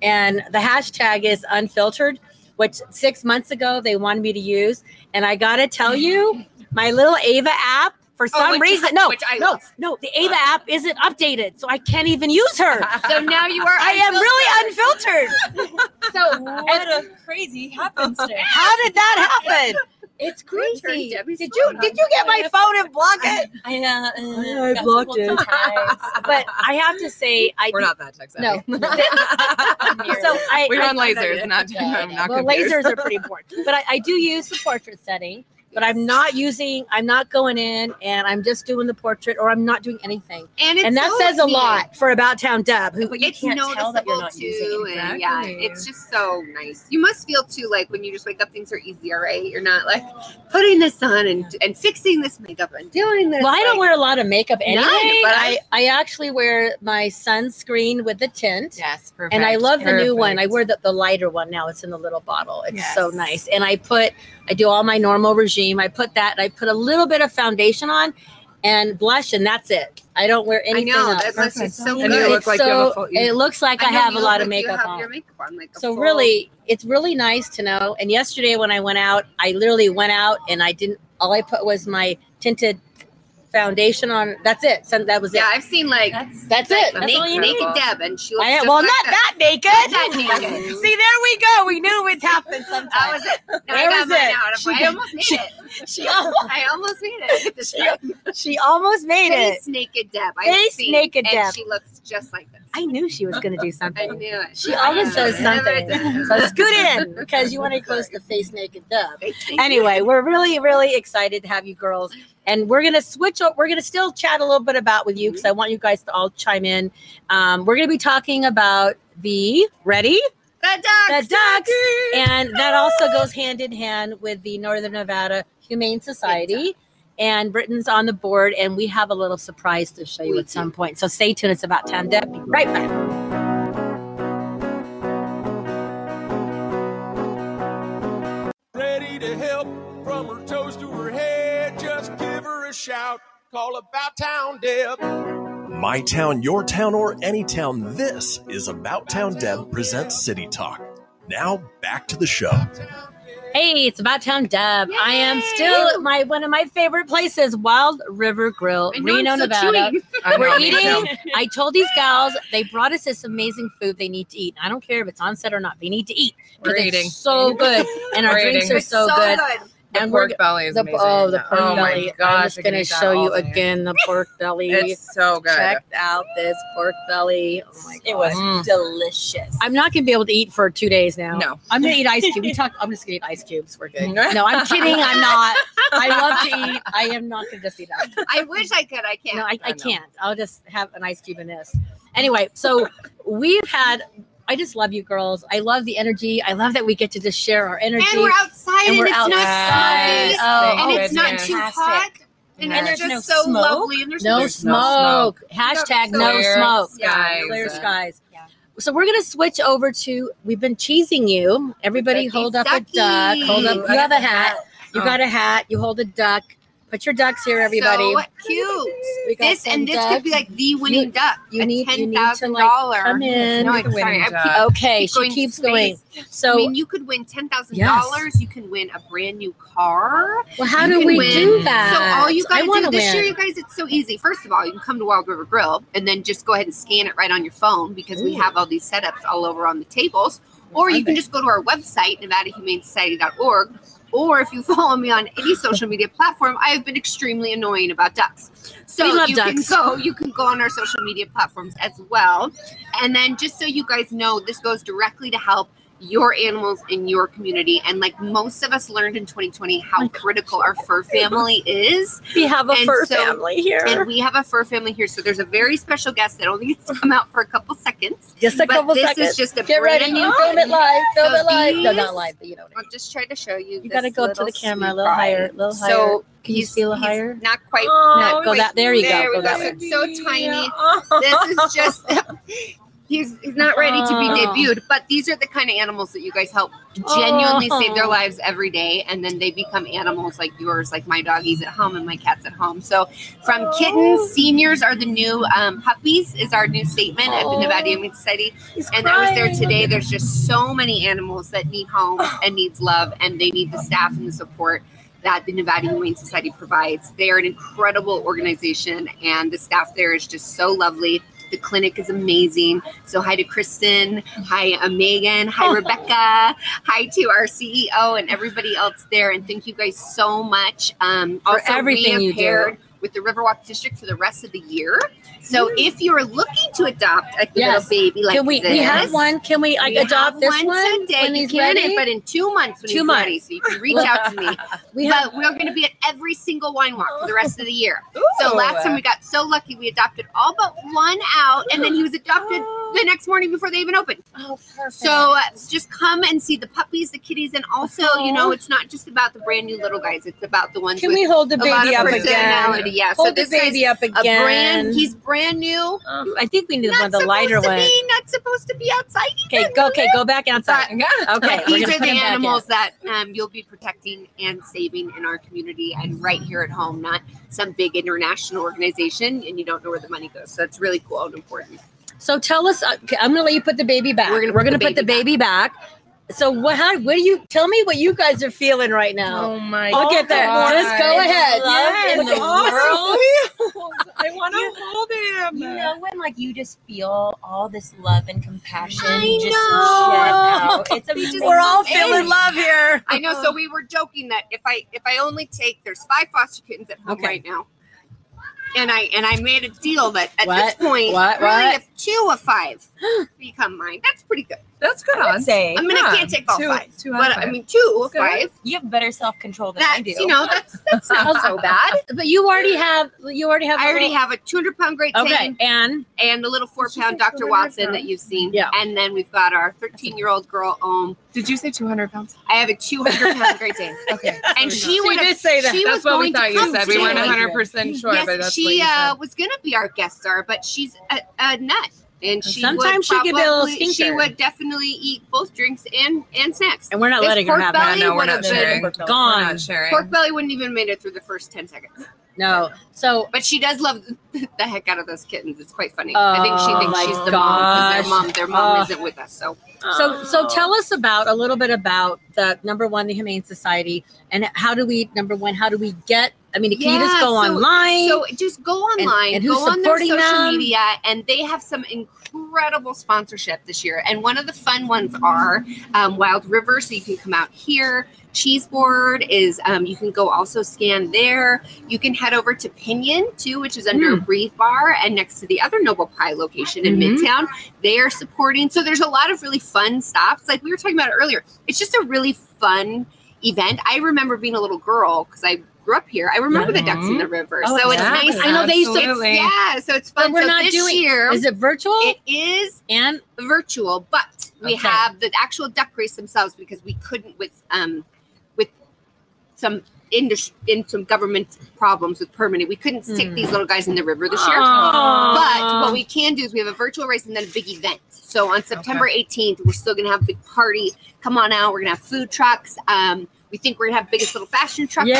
And the hashtag is unfiltered, which six months ago they wanted me to use. And I gotta tell you, my little Ava app, for
Oh,
some
which-
reason, no,
which I
no,
lost.
no, the Ava (laughs) app isn't updated, so I can't even use her.
So now you are.
(laughs) I am really unfiltered.
unfiltered.
What a crazy
(laughs)
happenstance.
How did that happen? It's
Who turned
crazy.
Debbie's
Did you
phone
did
on?
you get my phone and block it?
I, uh, uh,
I
got
blocked
fooled
it.
sometimes.
(laughs) But I have to say, I
We're
did-
not that tech savvy.
no. (laughs) so (laughs) I,
We
I-
run lasers, not, I'm not
well,
computers. (laughs)
lasers are pretty important, but I, I do use the portrait setting. But I'm not using. I'm not going in, and I'm just doing the portrait, or I'm not doing anything.
and, it's
and that
so
says a
neat.
lot for about town Deb. Who,
But you
it's
can't tell that you're
noticeable
not
too,
using it.
and yeah,
Exactly.
it's just so nice. You must feel too like when you just wake up, things are easier, right? You're not like putting this on and and fixing this makeup and doing this.
well, I
like,
don't wear a lot of makeup anyway.
but
I,
I-
I actually wear my sunscreen with the tint.
Yes, (laughs) perfect.
and I love the new one. I
perfect.
wear the, the lighter one now. It's in the little bottle. It's so
Yes.
nice. And I put, I do all my normal regime. I put that, and I put a little bit of foundation on and blush, and that's it. I don't wear
I
anything
know
else.
that's
Perfect.
just so
And
you
good.
look
It's
like
so,
you have a full- you-
it looks like I,
know
have a
you
lot
look
of
like you
makeup
have
on.
Your makeup on, like a
So
full-
really, it's really nice to know. And yesterday when I went out, I literally went out and I didn't. All I put was my tinted foundation on. That's it. So that was
yeah,
it.
I've seen like
That's
That's it.
That's all you
naked
need.
Deb, and she looks
I am,
just
well,
like
not that naked.
Not that naked.
(laughs) See, there we go. We knew
(laughs)
it happened
That
sometimes.
was it. Now
Where
I got
was
mine
it?
out. I'm
She
like, I
did-
almost made
she-
it. (laughs)
she, al-
I almost made it. This
She
time.
she almost made it.
Face naked Deb. I
Face
seen,
naked
and
Deb.
She looks just like this.
I knew she was going to
(laughs)
do
I
something.
knew it.
She always
Yeah.
does something.
Never
So
does.
scoot in because you want to post the face naked dub.
Face naked.
Anyway, we're really, really excited to have you girls. And we're going to switch up. We're going to still chat a little bit about with you because I want you guys to all chime in. Um, we're going to be talking about the ready?
the ducks.
The ducks. And that also goes hand in hand with the Northern Nevada Humane Society. And Britain's on the board, and we have a little surprise to show you
We
at some point. So stay tuned. It's about time, Deb. Be Right back.
ready to help from her toes to her head. Just give her a shout. Call about town Deb.
My town, your town, or any town, this is About Town Deb presents City Talk. Now back to the show.
Hey, it's about time, Deb. I am still at my one of my favorite places, Wild River Grill,
I know, I'm
Reno,
still
Nevada.
chewing.
I know,
We're
me too.
eating. I told these gals they brought us this amazing food they need to eat. I don't care if it's on set or not; they need to eat.
We're
It's
eating.
so good, and our
We're
drinks
eating.
are so, good.
(laughs) The
and we're
pork belly is
the,
amazing.
oh the pork
Oh
belly.
My gosh,
I'm just
I can
gonna
eat that
show you
all day.
again the pork belly.
It's so good.
Check out this pork belly. Oh my god.
It was
Mm.
delicious.
I'm not gonna be able to eat for two days now.
No.
I'm gonna eat ice cubes. We talked. I'm just gonna eat ice cubes.
(laughs)
We're good. No, I'm kidding. I'm not. I love to eat. I am not gonna just eat ice. Cubes.
I wish I could. I can't.
No, I,
I
I
know.
can't. I'll just have an ice cube in this. Anyway, so we've had. I just love you girls. I love the energy. I love that we get to just share our energy.
and we're outside,
And
and,
we're
it's
outside.
not
Yes.
soggy,
Oh,
and it's not
goodness.
too hot,
Fantastic.
and
And
it's
there's
just
no
so
smoke?
lovely, and there's
no
There's no
smoke. Hashtag no
Clear
smoke.
Skies.
Clear skies.
Yeah.
So we're gonna switch over to. We've been cheesing you. Everybody,
Duckies,
hold up
duckies.
a duck. Hold up. You have a hat. You
Oh.
got a hat. You hold a duck. Put your ducks here, everybody.
So cute.
We got
This and
some
this could be
ducks.
like the winning duck.
you
a
need- you
ten
need to, like,
thousand dollar.
come in.
No,
You're
I'm
the
sorry.
winning
I keep-
duck.
okay,
Keep
she
going
keeps
space.
going. So,
I mean, you could win ten thousand dollars. You can win a brand new car.
well, how
you
do
can
we
win.
do
So
that?
all you got
I
to do
wanna
this
win.
year, you guys, it's so easy. First of all, you can come to Wild River Grill and then just go ahead and scan it right on your phone because we
Ooh.
have all these setups all over on the tables. Or you can just go to our website, NevadaHumaneSociety.org. Or if you follow me on any social media platform, I have been extremely annoying about ducks. So
We love
you
ducks.
can go, you can go on our social media platforms as well. And then just so you guys know, this goes directly to help your animals in your community. And like most of us learned in 2020 how critical our fur family is.
we have a
and
fur
so-
family here.
(laughs) And we have a fur family here. So there's a very special guest that only gets to come out for a couple seconds.
just a
but
couple
this
seconds.
is just a
Get
brand
ready.
new
Film it live. Film
So
it live. No,
these-
not live, but you know what I
I'll
mean.
just try to show you.
You
this
gotta go up to the
little
camera a
sweet
little
guy.
higher. A little higher.
So
Can you
he's-
feel a
he's
higher?
Not quite.
Oh,
No, go
wait, (laughs)
that- there you go,
There
go
we go.
that way.
(laughs) It's so tiny. This is just. He's, he's not ready to be
Oh.
debuted, but these are the kind of animals that you guys help genuinely save
Oh.
their lives every day. And then they become animals like yours, like my doggies at home and my cats at home. So, from
Oh.
kittens, seniors are the new um, puppies, is our new statement at the
Oh.
Nevada Humane Society.
He's
And I was there
crying.
today. There's just so many animals that need homes
Oh.
and needs love, and they need the staff and the support that the Nevada Humane Society provides. They are an incredible organization, and the staff there is just so lovely. The clinic is amazing. So hi to Kristen, hi uh, Megan,
(laughs)
hi Rebecca, hi to our CEO and everybody else there. And thank you guys so much um,
For
also,
everything
we
you
have
do.
paired With the Riverwalk District for the rest of the year. So if you're looking to adopt a
Yes.
little baby like
Can we?
this,
We have one. Can we like
we
adopt
have
this one
today.
when
You
he's
can,
ready?
but in two months when
Two
he's
months.
ready, so you can reach out to me.
(laughs) we have.
but we're going to be at every single wine walk for the rest of the year. So last time we got so lucky, we adopted all but one out, and then he
(gasps)
was adopted the next morning before they even opened.
Oh, perfect.
So uh, just come and see the puppies, the kitties, and also, you know, it's not just about the brand new little guys; it's about the ones
Can
with
we hold the
a lot
baby
of
up
personality.
again?
Yeah, so
Hold the
this guy's
baby up
a
again.
brand. He's brand new.
Oh, I think we need
not
one of the
supposed
lighter
to
ones.
be. Not supposed to be outside.
Okay, go. Okay, go back outside. Okay,
But
we're gonna
these are the
put him back in.
animals that um, you'll be protecting and saving in our community and right here at home, not some big international organization and you don't know where the money goes. So it's really cool and important.
So tell us. uh, Okay, I'm gonna let you put the baby back. We're
We're
gonna,
gonna
we're gonna
put the
put the baby
baby
back. So what? How? What do you? Tell me what you guys are feeling right now.
Oh my
Look
god.
at that. Just go ahead.
Love in
Yes.
the world. (laughs)
(laughs)
I want to hold him.
You know when like you just feel all this love and compassion
I
just
know. (laughs)
shed out. It's amazing.
We're all
Hey.
feeling love here.
I know. So we were joking that if I if I only take there's five foster kittens at home
Okay.
right now. And I and I made a deal that at
What?
this point,
What?
really,
What?
if two
(gasps)
of five become mine, that's pretty good.
(laughs) That's good.
I would
odds.
say.
I mean, I can't take all
Two-
five,
two out
but
of
I
five.
mean, two of
Good.
five.
You have better self control than I
That's
do.
you know, that's
(laughs)
that's not so bad.
But you already have. You already have.
I already
a-
have a 200 pound Great Dane
Okay, and
and the little four pound Dr. Watson that you've seen.
Yeah.
And then we've got our 13 year old girl, Om.
Did you say 200 pounds?
I have a 200 pound Great Dane.
(laughs) Okay.
And she
She
would
did say that.
She
that's
was
what we
going to
thought you
come
said. We
to
weren't
it.
100 percent sure,
yes,
but that's
she
what you
uh,
said.
was going to be our guest star, but she's a, a nut. And she
Sometimes she
would
could be a little
probably- She
stinker.
would definitely eat both drinks and, and snacks.
and we're not
This
letting her
pork
have that.
belly
No, no, we're
would
not
have been
sharing. We're
Gone.
not sharing.
Pork belly wouldn't even made it through the first 10 seconds.
No. So
But she does love (laughs) the heck out of those kittens. It's quite funny.
Oh
I think she thinks
my
she's the mom because
gosh.
their mom, their mom
Oh.
isn't with us. So
So,
Oh.
so tell us about a little bit about the number one, the Humane Society, and how do we number one? How do we get? I mean, can you just
Yeah,
go
so-
online?
So just go
And-
online,
and who's
go on their
supporting
social
them?
media, and they have some incredible sponsorship this year. And one of the fun ones are um, Wild River, so you can come out here. Cheese board is um, you can go also scan there. You can head over to Pinion too, which is under
Hmm.
Breathe Bar and next to the other Noble Pie location in
Mhm.
Midtown. They are supporting. So there's a lot of really fun stops. Like we were talking about earlier, it's just a really fun event. I remember being a little girl because I grew up here. I remember the ducks in
Mm-hmm.
the river,
Oh,
so
exactly.
it's nice.
I know they used to-
It's- yeah, so it's fun.
But we're
so
not
this
doing-
year.
is it virtual?
it is
and
virtual, but we
Okay.
have the actual duck race themselves because we couldn't with um with some industry in some government problems with permitting. We couldn't stick
Hmm.
these little guys in the river this year. But what we can do is we have a virtual race and then a big event. So on September 18th, we're still going to have a big party. Come on out. We're going to have food trucks. Um, we think we're going to have biggest little fashion truck there.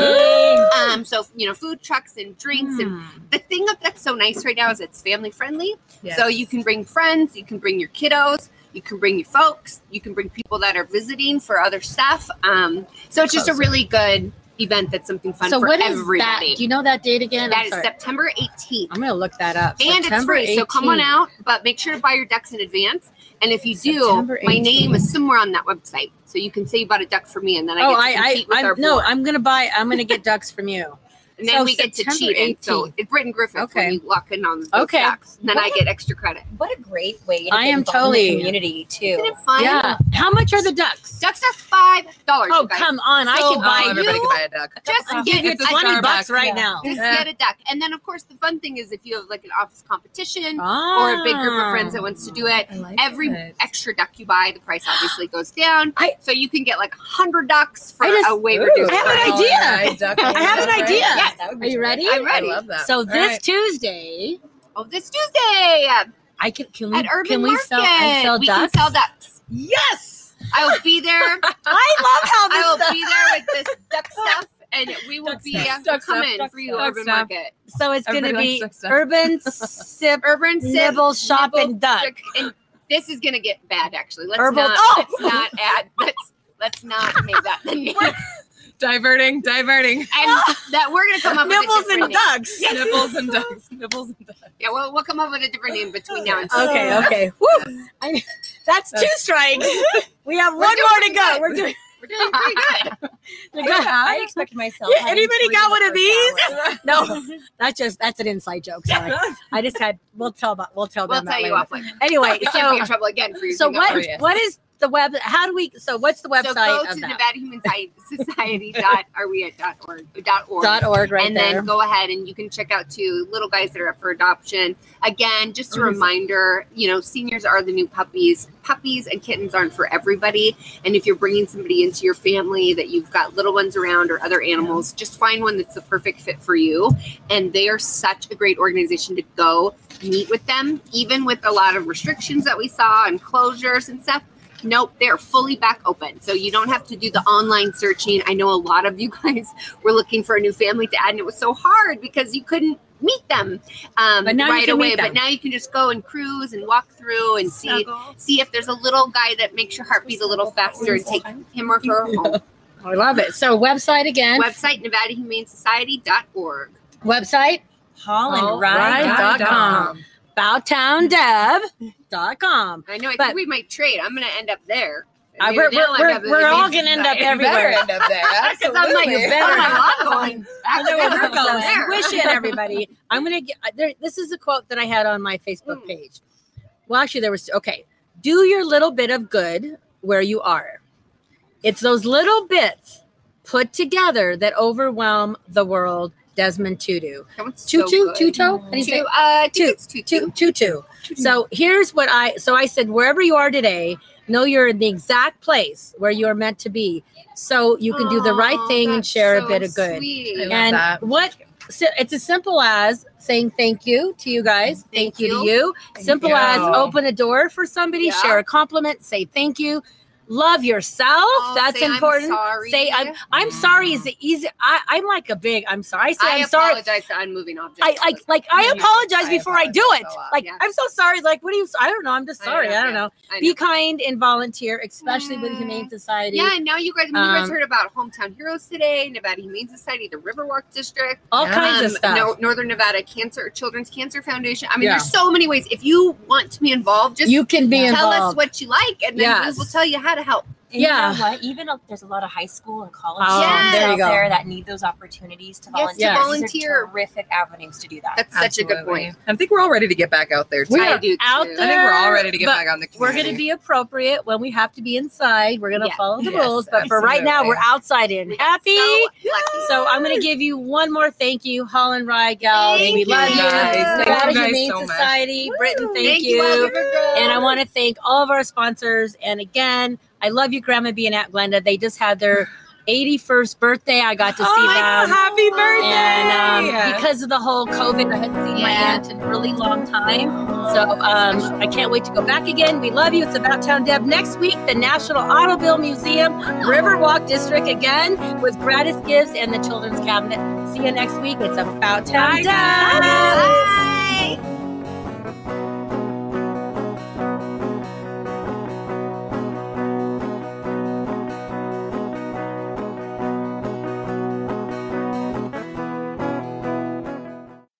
Yay! Hmm.
Um, so you know, food trucks and drinks, and the thing that- that's so nice right now is it's family friendly. So you can bring friends, you can bring your kiddos, you can bring your folks, you can bring people that are visiting for other stuff. Um, so it's just a really good event. That's something fun
So
for
what is
everybody.
that? Do you know that date again?
that
I'm,
is
sorry.
September 18th.
I'm gonna look that up.
And it's
September
free, so come on
18th.
out. But make sure to buy your ducks in advance. And if you
September
do, my
18th.
name is somewhere on that website, so you can say you bought a duck for me, and then I
oh,
get to
I,
compete
I,
with
I'm,
our
no,
board.
I'm gonna buy. I'm gonna get ducks from
(laughs)
you.
and then
so
we get to
September
cheat. And so
18th.
it's Britton Griffith
Okay.
when you walk in on those
Okay.
ducks, and then I
What?
get extra credit.
What a great way to
I
get
am
involved in the
totally-
community too.
Isn't it fun?
Yeah. How much are the ducks?
Ducks are five dollars.
Oh, come on! I
So,
could
um,
buy you.
everybody can buy a duck.
Just
I'll
get
Give you
It's a
twenty
Starbucks,
bucks right
yeah.
now.
Just
Yeah.
get a duck, and then of course the fun thing is if you have like an office competition
Ah.
or a big group of
Oh.
friends that wants to do it,
I like
every
it.
extra duck you buy, the price obviously goes down.
I-
so you can get like hundred ducks for
I just-
a way
Ooh.
reduced.
I have an
price.
idea.
I
I have an idea.
That would
Are
be
you
great.
ready?
I'm
I
ready.
love that.
So
All
this
right.
Tuesday,
Oh, this Tuesday,
I can. Can we?
At Urban
Mm, can we
Market,
sell? And sell
we
ducks?
can sell ducks.
Yes.
I will
(laughs)
be there.
I love how
I
this.
will
stuff-
be there with this
(laughs)
duck stuff, and we will
Duck
be
stuff.
Duck stuff,
coming
duck
for you,
stuff.
Urban
Duck stuff.
Market.
so it's going to
Everybody
be
likes duck stuff.
urban sip,
Urban
(laughs)
Sip,
nibble, shop,
Nibble,
and duck.
Duck,
(laughs)
And this is gonna get bad, actually. Let's
Herbal-
not.
Oh!
Let's not add. Let's let's not make that the name. (laughs) and
(laughs)
Diverting, diverting. (laughs)
that we're gonna come up with a
Nibbles
different
and
name.
ducks.
Nibbles and ducks. Nibbles and ducks.
Yeah, we'll, we'll come up with a different name between now and
Okay. Okay. Woo. Uh, I, that's two strikes. We have (laughs) one
doing
more to
good.
go. We're doing.
We're doing (laughs) pretty good.
I expected myself.
Yeah,
having
anybody
three
got
in the
one of
first
these?
hour.
(laughs) No, that's just that's an inside joke.
(laughs)
Sorry, I just had. We'll tell about. We'll tell
We'll
them. that
tell you
later.
off. Like,
(laughs)
Anyway,
we can't
so
be in trouble again for using
so
up
what?
our-
yes.
What is the web? How do we? So what's the website
So go
of
to
that?
Nevada Human Sci- Society dot are we at dot org dot
(laughs)
org.
dot org right
and
there.
then go ahead and you can check out two little guys that are up for adoption. Again, just a
Mm-hmm.
Amazing.
reminder, you know, seniors are the new puppies. Puppies and kittens aren't for everybody. And if you're bringing somebody into your family that you've got little ones around or other animals, just find one that's the perfect fit for you. And they are such a great organization to go meet with them, even with a lot of restrictions that we saw and closures and stuff. Nope, they're fully back open. So you don't have to do the online searching. I know a lot of you (laughs) guys were looking for a new family to add, and it was so hard because you couldn't meet them um,
But now you
right
can
away.
meet them.
But now you can just go and cruise and walk through and see see if there's a little guy that makes your heart beat a little faster and take him or her home.
I love it. So website again.
Website NevadaHumaneSociety.org.
website
Hollandride.com.
bowtowndub.com.
I know I
But-
think we might trade. I'm going to end up there.
Uh,
Maybe
we're
they'll
we're,
end
we're,
up at
we're
the
all
Humane
going to end up
Society.
everywhere. Oh
end up there.
Because I'm like, you
absolutely.
better. I'm going back
I know where
there.
we're
Go
going.
there.
Wish it, everybody. I'm gonna get uh, there. This is a quote that I had on my Facebook
Mm.
page. Well, actually, there was okay. Do your little bit of good where you are. It's those little bits put together that overwhelm the world. Desmond Tutu.
That one's so
Tutu?
good.
Tuto? How do you
Tutu,
say
uh, I think
Two,
it's tutu.
Tu- Tutu. So here's what I so I said wherever you are today, know you're in the exact place where you are meant to be. So you can do the right
Aw,
thing and
Oh, that's
share
so
a bit of good.
sweet.
I love
And
that.
what so it's as simple as saying thank you to you guys, thank,
Thank
you, to
you.
you. simple
you.
as open a door for somebody,
Yeah.
share a compliment, say thank you. Love yourself.
Oh,
That's
say, I'm
important.
sorry.
Say I'm I'm sorry is the easy I, I'm like a big I'm sorry. I say
I
I'm sorry.
apologize to unmoving objects.
I like like I
Yeah.
apologize
I
before I do
apologize
it.
a lot,
Like
yeah.
I'm so sorry. Like what do you? I don't know. I'm just
I know,
sorry. I, don't
yeah.
know.
I know. Mm.
Be kind and volunteer, especially with Humane Society.
Yeah, and now you guys, I mean, you guys
Um,
heard about Hometown Heroes today, Nevada Humane Society, the Riverwalk District,
All kinds of
um,
stuff.
No, Northern Nevada Cancer Children's Cancer Foundation. I mean,
Yeah.
there's so many ways. If you want to be involved, just
you can be
tell us
involved.
what you like, and then
Yes.
we will tell you how to help.
And you know
Yeah.
what? Even if there's a lot of high school and college
Oh,
students
there
you
out
go.
there that need those opportunities to
Yes,
volunteer.
to
These are
volunteer.
terrific avenues to do that.
That's such a good point.
I think we're all ready to get back out there. Too.
We
I
are
do
out
too.
I think we're all ready to get
But
back on the.
We're
Community.
going to be appropriate when we have to be inside. We're going to
Yeah.
follow the
Yes,
rules, but for right now,
absolutely.
we're outside and happy.
So
So,
lucky.
I'm going to give you one more thank you, Holland Rye Gals.
Thank
we
you
love you.
guys. Thank you
Nevada
guys
Humane
so much.
Society, Britain, thank,
Thank you, all River Girls.
And I want to thank all of our sponsors. And again, I love you, Grandma being at Glenda. They just had their 81st birthday. I got to see
Oh
them.
happy birthday!
And um, because of the whole COVID, I hadn't seen my
Yeah.
aunt in a really long time. So um, I can't wait to go back again. We love you. It's About Town Deb. Next week, the National Automobile Museum, Riverwalk District again with Gratis Gives and the Children's Cabinet. See you next week. It's About Town Deb.
Bye.